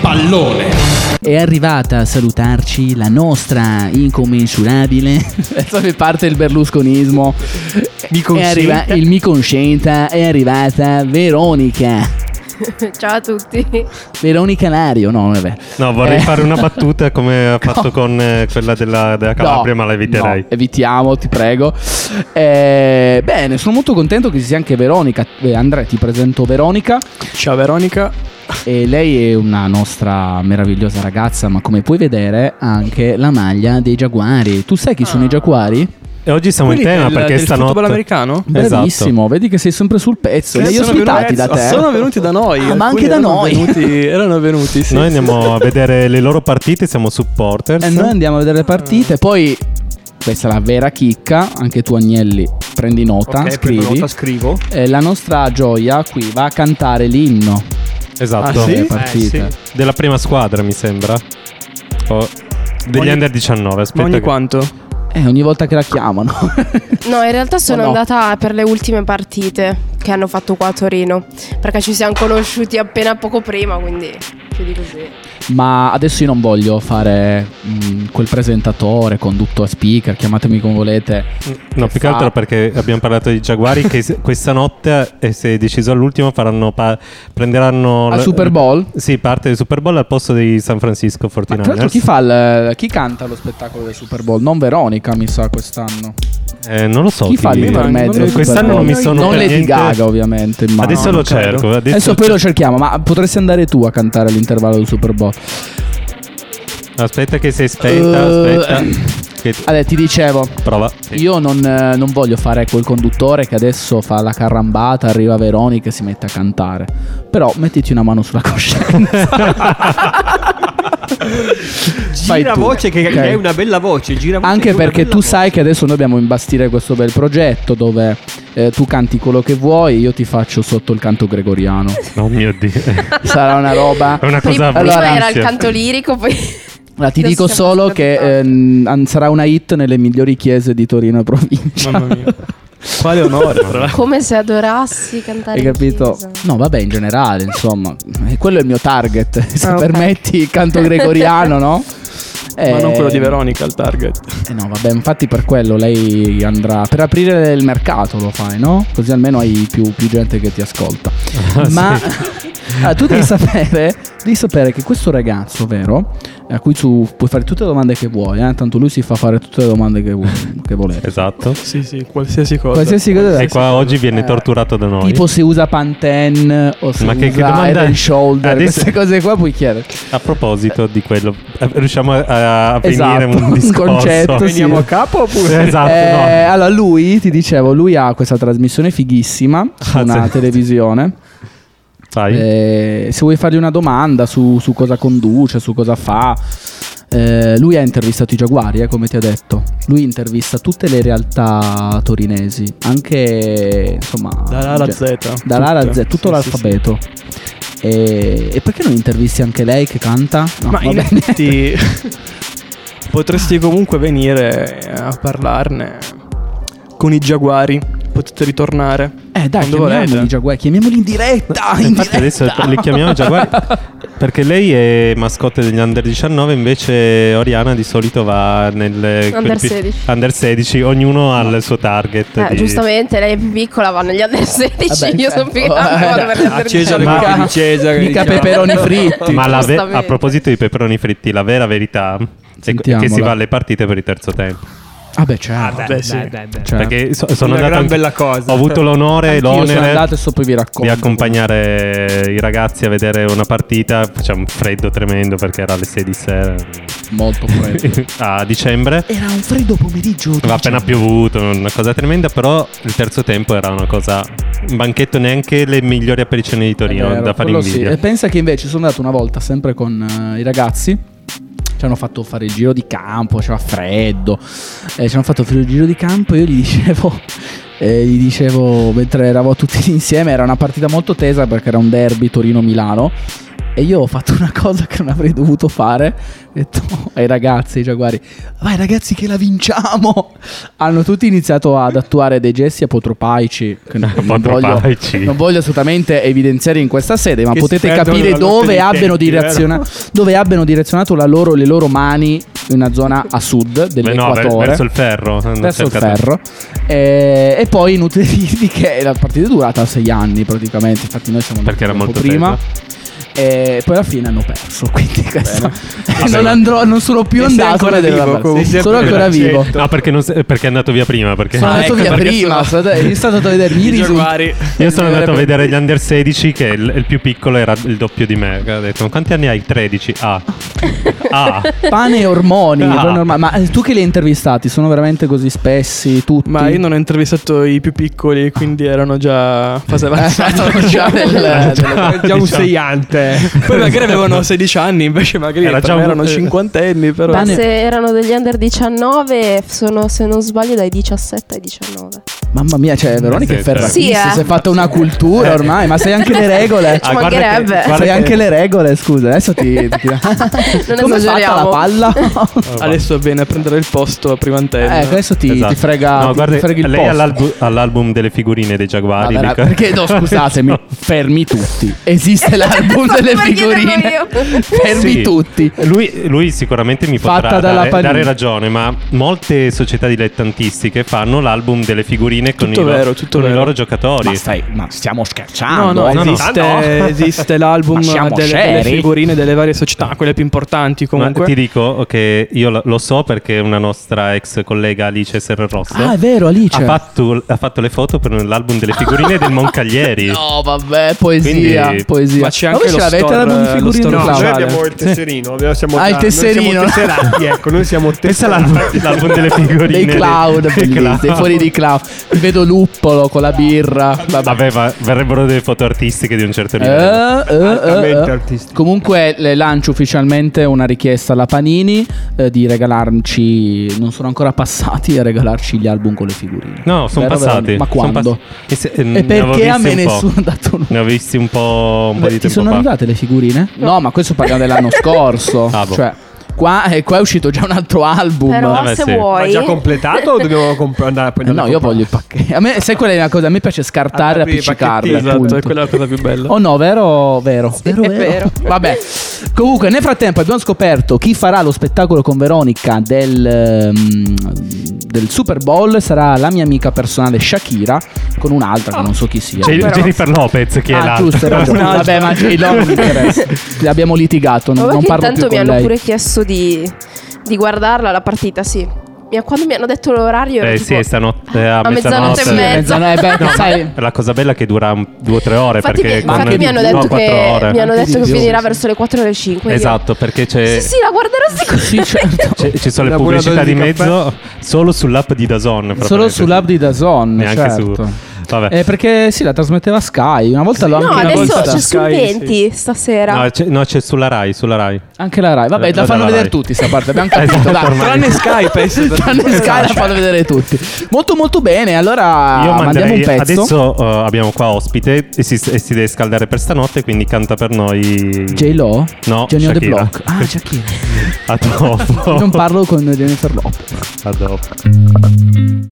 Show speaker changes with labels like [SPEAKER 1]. [SPEAKER 1] pallone.
[SPEAKER 2] È arrivata a salutarci la nostra incommensurabile. Adesso mi parte il berlusconismo.
[SPEAKER 3] Mi
[SPEAKER 2] È arriva-
[SPEAKER 3] consenta.
[SPEAKER 2] il mi consenta è arrivata Veronica.
[SPEAKER 4] Ciao a tutti.
[SPEAKER 2] Veronica Lario, no, vabbè.
[SPEAKER 3] No, vorrei
[SPEAKER 2] Eh.
[SPEAKER 3] fare una battuta come ha fatto con eh, quella della, della Calabria,
[SPEAKER 2] No,
[SPEAKER 3] ma la eviterei.
[SPEAKER 2] no, evitiamo, ti prego. Eh, bene, sono molto contento che ci sia anche Veronica. Eh, Andrea, ti presento Veronica.
[SPEAKER 5] Ciao Veronica.
[SPEAKER 2] E lei è una nostra meravigliosa ragazza, ma come puoi vedere ha anche la maglia dei Jaguari. Tu sai chi sono i
[SPEAKER 5] Ah.
[SPEAKER 2] Jaguari?
[SPEAKER 3] E oggi siamo
[SPEAKER 5] Quelli
[SPEAKER 3] in tema
[SPEAKER 5] del,
[SPEAKER 3] perché
[SPEAKER 5] del
[SPEAKER 3] stanotte.
[SPEAKER 5] football americano? Eh,
[SPEAKER 3] Esatto.
[SPEAKER 2] Bravissimo, vedi che sei sempre sul pezzo. Li hai
[SPEAKER 5] Sono
[SPEAKER 2] ospitati
[SPEAKER 5] venuti-
[SPEAKER 2] da te.
[SPEAKER 5] Sono venuti da noi.
[SPEAKER 2] Ah, ma
[SPEAKER 5] alcuni
[SPEAKER 2] anche da
[SPEAKER 5] erano
[SPEAKER 2] noi.
[SPEAKER 5] venuti- erano venuti, sì.
[SPEAKER 3] Noi andiamo a vedere le loro partite, siamo supporters.
[SPEAKER 2] E Eh, noi andiamo a vedere le
[SPEAKER 5] Ah.
[SPEAKER 2] partite. Poi, questa è la vera chicca. Anche tu, Agnelli, prendi nota,
[SPEAKER 5] Ok,
[SPEAKER 2] scrivi.
[SPEAKER 5] prendo nota, scrivo.
[SPEAKER 2] Eh, la nostra gioia qui va a cantare l'inno
[SPEAKER 3] Esatto.
[SPEAKER 5] Ah, sì?
[SPEAKER 2] delle partite.
[SPEAKER 5] Eh,
[SPEAKER 3] Della prima squadra, mi sembra. O- degli
[SPEAKER 5] Ogni-
[SPEAKER 3] under 19, aspetta.
[SPEAKER 5] Ma ogni
[SPEAKER 3] che-
[SPEAKER 5] quanto?
[SPEAKER 2] Eh, ogni volta che la chiamano.
[SPEAKER 4] No, in realtà sono
[SPEAKER 2] Oh, no.
[SPEAKER 4] andata per le ultime partite che hanno fatto qua a Torino, perché ci siamo conosciuti appena poco prima, quindi più di così.
[SPEAKER 2] Ma adesso io non voglio fare mh, quel presentatore, condutto a speaker, chiamatemi come volete.
[SPEAKER 3] No,
[SPEAKER 2] Che
[SPEAKER 3] più che
[SPEAKER 2] fa?
[SPEAKER 3] altro perché abbiamo parlato di Jaguari che se- questa notte, e se è deciso all'ultimo, faranno pa- prenderanno...
[SPEAKER 2] Al
[SPEAKER 3] l-
[SPEAKER 2] Super Bowl?
[SPEAKER 3] Sì, parte del Super Bowl al posto dei San Francisco
[SPEAKER 2] Ma tra l'altro
[SPEAKER 3] 49ers.
[SPEAKER 2] chi fa il- chi canta lo spettacolo del Super Bowl? Non Veronica, mi sa, quest'anno.
[SPEAKER 3] Eh, non lo so.
[SPEAKER 2] Chi fa
[SPEAKER 5] l'intermezzo
[SPEAKER 3] Eh,
[SPEAKER 5] del
[SPEAKER 3] Quest'anno
[SPEAKER 5] Super
[SPEAKER 3] non mi
[SPEAKER 5] Bowl?
[SPEAKER 3] sono
[SPEAKER 2] Non
[SPEAKER 3] per
[SPEAKER 2] Lady
[SPEAKER 3] niente-
[SPEAKER 2] Gaga, ovviamente, ma-
[SPEAKER 3] Adesso lo
[SPEAKER 5] non credo.
[SPEAKER 3] cerco. Adesso,
[SPEAKER 2] Adesso poi lo cerchiamo, ma potresti andare tu a cantare all'intervallo del Super Bowl.
[SPEAKER 3] Aspetta che si è spenta,
[SPEAKER 2] Eh.
[SPEAKER 3] aspetta. Che-
[SPEAKER 2] Allora, ti dicevo,
[SPEAKER 3] Prova.
[SPEAKER 2] io non, eh, non voglio fare quel conduttore che adesso fa la carrambata, arriva Veronica e si mette a cantare. Però mettiti una mano sulla coscienza. Fai
[SPEAKER 5] gira
[SPEAKER 2] tu.
[SPEAKER 5] voce che,
[SPEAKER 2] Ok.
[SPEAKER 5] che hai una bella voce. Gira voce che
[SPEAKER 2] Anche
[SPEAKER 5] hai una
[SPEAKER 2] perché
[SPEAKER 5] bella
[SPEAKER 2] tu
[SPEAKER 5] voce.
[SPEAKER 2] sai che adesso noi dobbiamo imbastire questo bel progetto dove eh, tu canti quello che vuoi io ti faccio sotto il canto gregoriano.
[SPEAKER 3] Oh mio Dio.
[SPEAKER 2] Sarà una roba.
[SPEAKER 3] È una cosa
[SPEAKER 4] prima, prima
[SPEAKER 2] Allora-
[SPEAKER 4] era il
[SPEAKER 3] bruttissima.
[SPEAKER 4] canto lirico, poi
[SPEAKER 2] Ora, ti
[SPEAKER 4] Adesso
[SPEAKER 2] dico
[SPEAKER 4] siamo
[SPEAKER 2] solo che
[SPEAKER 4] spaventati.
[SPEAKER 2] ehm, an- sarà una hit nelle migliori chiese di Torino e provincia.
[SPEAKER 5] Mamma mia. Quale onore, tra l'altro.
[SPEAKER 4] come se adorassi cantare.
[SPEAKER 2] Hai
[SPEAKER 4] in
[SPEAKER 2] capito?
[SPEAKER 4] chiesa.
[SPEAKER 2] No, vabbè, in generale, insomma, Eh, quello è il mio target. Se
[SPEAKER 4] Ah, ok.
[SPEAKER 2] permetti il canto gregoriano, no?
[SPEAKER 5] Ma non quello di
[SPEAKER 2] Verona
[SPEAKER 5] Veronica, il target.
[SPEAKER 2] Eh no, vabbè, infatti per quello lei andrà per aprire il mercato, lo fai, no? Così almeno hai più, più gente che ti ascolta. Ma Ah, tu devi sapere, devi sapere che questo ragazzo, vero? A cui tu puoi fare tutte le domande che vuoi, eh? tanto lui si fa fare tutte le domande che, vu- che volete.
[SPEAKER 3] Esatto.
[SPEAKER 5] Sì, sì, qualsiasi cosa.
[SPEAKER 2] Qualsiasi cosa
[SPEAKER 3] E qua oggi viene torturato da noi.
[SPEAKER 2] eh, Tipo se usa Pantene o se
[SPEAKER 3] Ma che- che
[SPEAKER 2] usa
[SPEAKER 3] domanda-
[SPEAKER 2] Head and Shoulder,
[SPEAKER 3] Adesso-
[SPEAKER 2] queste cose qua puoi chiedere.
[SPEAKER 3] A proposito di quello, eh, riusciamo a, a
[SPEAKER 2] Esatto,
[SPEAKER 3] finire un
[SPEAKER 2] un
[SPEAKER 3] discorso.
[SPEAKER 2] concetto, sì.
[SPEAKER 5] Veniamo a capo oppure?
[SPEAKER 3] Esatto,
[SPEAKER 2] Eh, Allora, lui, ti dicevo, lui ha questa trasmissione fighissima su
[SPEAKER 3] Ah,
[SPEAKER 2] una
[SPEAKER 3] sì.
[SPEAKER 2] televisione.
[SPEAKER 3] no. Sai?
[SPEAKER 2] Eh, se vuoi fargli una domanda su, su cosa conduce, su cosa fa. eh, lui ha intervistato i Jaguari, eh, come ti ho detto. Lui intervista tutte le realtà torinesi, anche insomma.
[SPEAKER 5] Dalla A alla
[SPEAKER 2] ge-
[SPEAKER 5] Z.
[SPEAKER 2] Cioè, dalla A alla
[SPEAKER 5] Tutte.
[SPEAKER 2] Z, tutto
[SPEAKER 5] Sì, sì,
[SPEAKER 2] l'alfabeto. E, e perché non intervisti anche lei che canta? No,
[SPEAKER 5] Ma
[SPEAKER 2] va
[SPEAKER 5] in
[SPEAKER 2] bene. Eh,
[SPEAKER 5] effetti potresti comunque venire a parlarne con i giaguari. Potete ritornare.
[SPEAKER 2] Eh, dai,
[SPEAKER 5] Quando
[SPEAKER 2] chiamiamoli,
[SPEAKER 5] volete.
[SPEAKER 2] i Jaguari, chiamiamoli in diretta. in
[SPEAKER 3] Infatti adesso
[SPEAKER 2] diretta.
[SPEAKER 3] li chiamiamo Jaguari perché lei è mascotte degli under 19, invece Oriana di solito va nel
[SPEAKER 4] Under 16.
[SPEAKER 3] under 16, ognuno ha il suo target.
[SPEAKER 4] Eh,
[SPEAKER 3] di-
[SPEAKER 4] giustamente lei è più piccola, va negli anni 16,
[SPEAKER 2] Vabbè,
[SPEAKER 4] io
[SPEAKER 2] certo.
[SPEAKER 4] sono più grande.
[SPEAKER 2] Eh,
[SPEAKER 4] vado
[SPEAKER 2] dai,
[SPEAKER 4] per gli
[SPEAKER 5] A
[SPEAKER 4] under
[SPEAKER 5] Cesare
[SPEAKER 4] 19.
[SPEAKER 5] quello
[SPEAKER 2] Ma-
[SPEAKER 5] di Cesare.
[SPEAKER 2] mica
[SPEAKER 5] diciamo.
[SPEAKER 2] peperoni fritti.
[SPEAKER 3] Ma la ve- a
[SPEAKER 4] Giustamente.
[SPEAKER 3] proposito di peperoni fritti, la vera verità è que- è che si
[SPEAKER 2] Sentiamola.
[SPEAKER 3] va alle partite per il terzo tempo.
[SPEAKER 2] Ah, beh, certo.
[SPEAKER 5] Vabbè, sì.
[SPEAKER 2] certo.
[SPEAKER 3] Perché so- sono
[SPEAKER 5] Una
[SPEAKER 3] andato
[SPEAKER 5] gran
[SPEAKER 3] anche-
[SPEAKER 5] bella cosa.
[SPEAKER 3] Ho avuto l'onore e
[SPEAKER 2] Anch'io
[SPEAKER 3] l'onere
[SPEAKER 2] sono andato e so poi vi racconto.
[SPEAKER 3] di accompagnare i ragazzi a vedere una partita. Facciamo un freddo tremendo perché era alle 6 di sera
[SPEAKER 2] Molto freddo.
[SPEAKER 5] Certo.
[SPEAKER 3] a dicembre.
[SPEAKER 2] Era un freddo pomeriggio.
[SPEAKER 3] Aveva appena piovuto, una cosa tremenda, però il terzo tempo era una cosa. Un banchetto neanche le migliori apparizioni di Torino
[SPEAKER 2] È vero,
[SPEAKER 3] da fare
[SPEAKER 2] quello sì.
[SPEAKER 3] invidia.
[SPEAKER 2] E pensa che invece sono andato una volta sempre con eh, i ragazzi. Ci hanno fatto fare il giro di campo, c'era freddo. eh, ci hanno fatto fare il giro di campo e io gli dicevo. eh, gli dicevo mentre eravamo tutti insieme, era una partita molto tesa perché era un derby Torino-Milano. E io ho fatto una cosa che non avrei dovuto fare. Ho detto ai ragazzi, ai giaguari, vai ragazzi che la vinciamo! Hanno tutti iniziato ad attuare dei gesti apotropaici. Che non, non voglio,
[SPEAKER 3] Apotropaici.
[SPEAKER 2] non voglio assolutamente evidenziare in questa sede, ma
[SPEAKER 5] Che si
[SPEAKER 2] potete
[SPEAKER 5] perdono
[SPEAKER 2] capire
[SPEAKER 5] la lotta dei
[SPEAKER 2] dove abbiano,
[SPEAKER 5] tempi, vero?
[SPEAKER 2] direzionato, dove abbiano direzionato la loro- le loro mani in una zona a sud
[SPEAKER 3] Beh, no, ver-
[SPEAKER 2] dell'Equatore
[SPEAKER 3] verso il ferro. hanno
[SPEAKER 2] verso il
[SPEAKER 3] cercato-
[SPEAKER 2] ferro. E, e poi inutile dirvi che la partita è durata sei anni praticamente. Infatti, noi siamo andati
[SPEAKER 3] Perché era
[SPEAKER 2] un
[SPEAKER 3] molto
[SPEAKER 2] po' prima. E poi alla fine hanno perso. Quindi questo-
[SPEAKER 3] Vabbè,
[SPEAKER 2] non,
[SPEAKER 3] ma-
[SPEAKER 2] andrò, non sono più
[SPEAKER 5] E sei
[SPEAKER 2] andato a
[SPEAKER 5] ancora
[SPEAKER 2] vedere
[SPEAKER 5] vivo,
[SPEAKER 2] la partita.
[SPEAKER 5] comunque. Sei
[SPEAKER 2] Sono
[SPEAKER 5] ancora
[SPEAKER 2] ancora vivo.
[SPEAKER 5] vivo.
[SPEAKER 3] No, perché, non se- perché è andato via prima. Perché
[SPEAKER 2] Sono andato
[SPEAKER 5] ecco
[SPEAKER 2] via
[SPEAKER 5] perché
[SPEAKER 2] prima.
[SPEAKER 5] sono-
[SPEAKER 2] sono- Io sono andato a vedere i miei risultati.
[SPEAKER 3] Io sono andato a vedere gli under 16 che il, il più piccolo era il doppio di me. che Ho detto, quanti anni hai? 13. Ah. ah.
[SPEAKER 2] Pane e ormoni.
[SPEAKER 3] Ah.
[SPEAKER 2] proprio normale. Ma eh, tu che li hai intervistati? Sono veramente così spessi? Tutti?
[SPEAKER 5] Ma io non ho intervistato i più piccoli, quindi erano già fase avanzata.
[SPEAKER 2] Eh, già del-
[SPEAKER 5] Già-
[SPEAKER 3] del-
[SPEAKER 5] già un
[SPEAKER 3] diciamo.
[SPEAKER 5] seiante. Poi magari avevano 16 anni, invece magari
[SPEAKER 3] Era
[SPEAKER 5] per
[SPEAKER 3] già
[SPEAKER 5] me
[SPEAKER 3] un-
[SPEAKER 5] erano cinquantenni. Però
[SPEAKER 4] Ma
[SPEAKER 2] Pane-
[SPEAKER 4] se erano degli under 19, sono se non sbaglio dai 17 ai 19.
[SPEAKER 2] Mamma mia, cioè, Veronica è
[SPEAKER 3] Sì, sì.
[SPEAKER 5] certo.
[SPEAKER 2] ferratissima.
[SPEAKER 4] Sì, eh.
[SPEAKER 2] Si è fatta una
[SPEAKER 5] Eh.
[SPEAKER 2] cultura ormai. Ma sai anche le regole.
[SPEAKER 5] Ah,
[SPEAKER 4] Ci mancherebbe.
[SPEAKER 3] Ah, che-
[SPEAKER 2] Sai
[SPEAKER 3] che-
[SPEAKER 2] anche le regole, scusa, adesso ti... ti... Come è fatta la
[SPEAKER 4] esageriamo.
[SPEAKER 2] palla?
[SPEAKER 3] Oh, va.
[SPEAKER 5] adesso viene a prendere il posto a Primantelli.
[SPEAKER 2] eh, adesso ti,
[SPEAKER 3] Esatto.
[SPEAKER 2] ti frega,
[SPEAKER 3] No,
[SPEAKER 2] ti-
[SPEAKER 3] guarda,
[SPEAKER 2] ti frega il
[SPEAKER 3] lei
[SPEAKER 2] posto.
[SPEAKER 3] all'albu- all'album delle figurine dei Jaguari.
[SPEAKER 2] Vabbè,
[SPEAKER 3] dica-
[SPEAKER 2] perché no, scusatemi, fermi tutti. Esiste l'album
[SPEAKER 4] Stavo
[SPEAKER 2] delle
[SPEAKER 4] per
[SPEAKER 2] figurine.
[SPEAKER 4] chiederlo io.
[SPEAKER 2] Fermi
[SPEAKER 3] Sì.
[SPEAKER 2] Eh, tutti.
[SPEAKER 3] Lui, lui sicuramente mi
[SPEAKER 2] Fatta
[SPEAKER 3] potrà
[SPEAKER 2] dalla
[SPEAKER 3] dare,
[SPEAKER 2] Panini.
[SPEAKER 3] dare ragione, ma molte società dilettantistiche fanno l'album delle figurine con,
[SPEAKER 5] Tutto
[SPEAKER 3] i, lo-
[SPEAKER 5] vero, tutto
[SPEAKER 3] con i
[SPEAKER 5] vero.
[SPEAKER 3] loro giocatori.
[SPEAKER 2] Ma stai, ma stiamo scherzando.
[SPEAKER 5] No, no,
[SPEAKER 2] eh?
[SPEAKER 3] no, no.
[SPEAKER 5] esiste,
[SPEAKER 3] Ah, no.
[SPEAKER 5] esiste
[SPEAKER 2] Ma
[SPEAKER 5] l'album
[SPEAKER 2] siamo
[SPEAKER 5] delle, delle
[SPEAKER 2] seri?
[SPEAKER 5] figurine delle varie società, quelle più importanti
[SPEAKER 3] Ma
[SPEAKER 5] comunque.
[SPEAKER 3] ti dico che io lo- lo so perché una nostra ex collega Alice Serrosso
[SPEAKER 2] Ah, è vero, Alice.
[SPEAKER 3] ha, fatto, ha fatto le foto per l'album delle figurine del Moncaglieri.
[SPEAKER 2] No, vabbè, poesia,
[SPEAKER 3] Quindi-
[SPEAKER 2] poesia.
[SPEAKER 5] Ma c'è anche
[SPEAKER 2] voi ce
[SPEAKER 5] lo
[SPEAKER 2] l'avete
[SPEAKER 5] store-
[SPEAKER 2] l'album di
[SPEAKER 5] lo
[SPEAKER 2] figurine
[SPEAKER 5] store
[SPEAKER 2] o
[SPEAKER 1] No,
[SPEAKER 2] Claudio?
[SPEAKER 1] noi
[SPEAKER 5] Claudio.
[SPEAKER 1] abbiamo il tesserino, abbiamo- siamo
[SPEAKER 2] Ah, il
[SPEAKER 1] tra- noi
[SPEAKER 2] tesserino.
[SPEAKER 1] siamo tesserati, ecco, noi siamo
[SPEAKER 3] Pensa
[SPEAKER 1] tesserati.
[SPEAKER 3] all'album, l'album delle figurine
[SPEAKER 2] Dei cloud,
[SPEAKER 3] dei
[SPEAKER 2] bellissimi,
[SPEAKER 3] clown.
[SPEAKER 2] fuori di cloud. Mi vedo Luppolo con la birra. Vabbè.
[SPEAKER 3] Vabbè, ma verrebbero delle foto artistiche di un certo
[SPEAKER 2] Eh,
[SPEAKER 3] livello.
[SPEAKER 2] eh, eh,
[SPEAKER 1] Altamente
[SPEAKER 2] eh.
[SPEAKER 1] artistico.
[SPEAKER 2] Comunque le lancio ufficialmente una richiesta alla Panini eh, di regalarci, non sono ancora passati, a regalarci gli album con le figurine.
[SPEAKER 3] No, sono
[SPEAKER 2] Vero,
[SPEAKER 3] passati.
[SPEAKER 2] Veronica? Ma
[SPEAKER 3] son
[SPEAKER 2] quando?
[SPEAKER 3] pass- e se- eh,
[SPEAKER 2] e
[SPEAKER 3] ne avevo
[SPEAKER 2] perché a
[SPEAKER 3] visti
[SPEAKER 2] me
[SPEAKER 3] un po'.
[SPEAKER 2] nessuno ha dato un...
[SPEAKER 3] Ne ho visti un po', un po
[SPEAKER 2] Beh,
[SPEAKER 3] di
[SPEAKER 2] ti
[SPEAKER 3] tempo
[SPEAKER 2] sono
[SPEAKER 3] fa.
[SPEAKER 2] arrivate le figurine? No, ma questo parliamo dell'anno scorso.
[SPEAKER 3] Ah, boh.
[SPEAKER 2] Cioè, qua, eh, qua è uscito già un altro album.
[SPEAKER 4] Però
[SPEAKER 3] Vabbè,
[SPEAKER 4] se
[SPEAKER 3] sì.
[SPEAKER 1] Ma
[SPEAKER 4] vuoi...
[SPEAKER 1] già completato o dobbiamo comp- andare poi
[SPEAKER 2] Eh, no, io voglio il pacchetto. A me, sai quella è una cosa? A me piace scartare e
[SPEAKER 1] Attappi i
[SPEAKER 2] appiccicarle.
[SPEAKER 1] pacchettini,
[SPEAKER 5] Esatto,
[SPEAKER 2] appunto.
[SPEAKER 5] è quella la cosa più bella.
[SPEAKER 2] Oh no, vero, vero, vero,
[SPEAKER 4] è
[SPEAKER 2] vero.
[SPEAKER 4] vero.
[SPEAKER 2] Vabbè. Comunque, nel frattempo abbiamo scoperto chi farà lo spettacolo con Veronica del, ehm, del Super Bowl sarà la mia amica personale Shakira con un'altra che non so chi sia.
[SPEAKER 3] C'è
[SPEAKER 4] Però-
[SPEAKER 3] Jennifer Lopez che è
[SPEAKER 2] ah,
[SPEAKER 3] l'altra.
[SPEAKER 2] giusto, hai ragione.
[SPEAKER 5] Un'altra.
[SPEAKER 2] Vabbè, ma J Lo non mi interessa. Abbiamo litigato, non,
[SPEAKER 4] Vabbè
[SPEAKER 2] non
[SPEAKER 4] che
[SPEAKER 2] parlo più
[SPEAKER 4] intanto mi
[SPEAKER 2] con
[SPEAKER 4] hanno
[SPEAKER 2] lei.
[SPEAKER 4] pure chiesto di, di guardarla la partita, sì. Mi- Quando mi hanno detto l'orario... ero
[SPEAKER 3] Eh
[SPEAKER 4] tipo-
[SPEAKER 3] sì, è stanotte eh, a, Eh,
[SPEAKER 4] a mezzanotte e
[SPEAKER 2] Sì,
[SPEAKER 4] mezza.
[SPEAKER 2] mezzanotte e mezza,
[SPEAKER 3] No,
[SPEAKER 2] sai,
[SPEAKER 3] ma La cosa bella è che dura un- due o tre ore
[SPEAKER 4] Infatti, mi,
[SPEAKER 3] perché con-
[SPEAKER 4] infatti mi hanno
[SPEAKER 3] no,
[SPEAKER 4] detto
[SPEAKER 3] quattro
[SPEAKER 4] che,
[SPEAKER 3] ore.
[SPEAKER 4] mi hanno
[SPEAKER 2] Anche
[SPEAKER 4] detto
[SPEAKER 2] di
[SPEAKER 4] che
[SPEAKER 2] più,
[SPEAKER 4] finirà
[SPEAKER 2] sì.
[SPEAKER 4] verso le 4 ore 5.
[SPEAKER 3] Esatto, perché c'è
[SPEAKER 4] Sì, sì, la guarderò sicuramente.
[SPEAKER 2] Sì, certo.
[SPEAKER 3] c'è- ci sono le
[SPEAKER 1] Una buona
[SPEAKER 3] pubblicità di
[SPEAKER 1] dose di caffè.
[SPEAKER 3] mezzo solo sull'app di Dazon.
[SPEAKER 2] Solo sull'app di Dazon,
[SPEAKER 3] Neanche
[SPEAKER 2] certo.
[SPEAKER 3] su- vabbè.
[SPEAKER 2] Eh, perché sì, la trasmetteva Sky. Una volta l'ho
[SPEAKER 4] No,
[SPEAKER 2] anche
[SPEAKER 4] adesso
[SPEAKER 2] vista.
[SPEAKER 4] c'è sul
[SPEAKER 5] Sky,
[SPEAKER 4] 20 stasera.
[SPEAKER 3] No, c'è, no, c'è sulla Rai, sulla Rai.
[SPEAKER 2] Anche la Rai. Vabbè,
[SPEAKER 3] Eh,
[SPEAKER 2] la
[SPEAKER 3] no,
[SPEAKER 2] fanno
[SPEAKER 3] la
[SPEAKER 2] vedere
[SPEAKER 3] Rai.
[SPEAKER 2] tutti sta parte. Abbiamo capito.
[SPEAKER 3] Esatto,
[SPEAKER 2] dai.
[SPEAKER 3] ormai. Esatto.
[SPEAKER 5] Tranne Skype, eh, se-
[SPEAKER 2] Tranne Sky la fanno vedere tutti. Molto molto bene. Allora
[SPEAKER 3] Io
[SPEAKER 2] Ah, mandiamo un
[SPEAKER 3] manderei
[SPEAKER 2] pezzo.
[SPEAKER 3] adesso eh, abbiamo qua ospite e si, e si deve scaldare per stanotte, quindi canta per noi
[SPEAKER 2] J Lo?
[SPEAKER 3] No,
[SPEAKER 2] Johnny on the
[SPEAKER 3] Shakira.
[SPEAKER 2] Block. Ah, Shakira.
[SPEAKER 3] a dopo.
[SPEAKER 2] non parlo con Jennifer Lopez.
[SPEAKER 3] a dopo.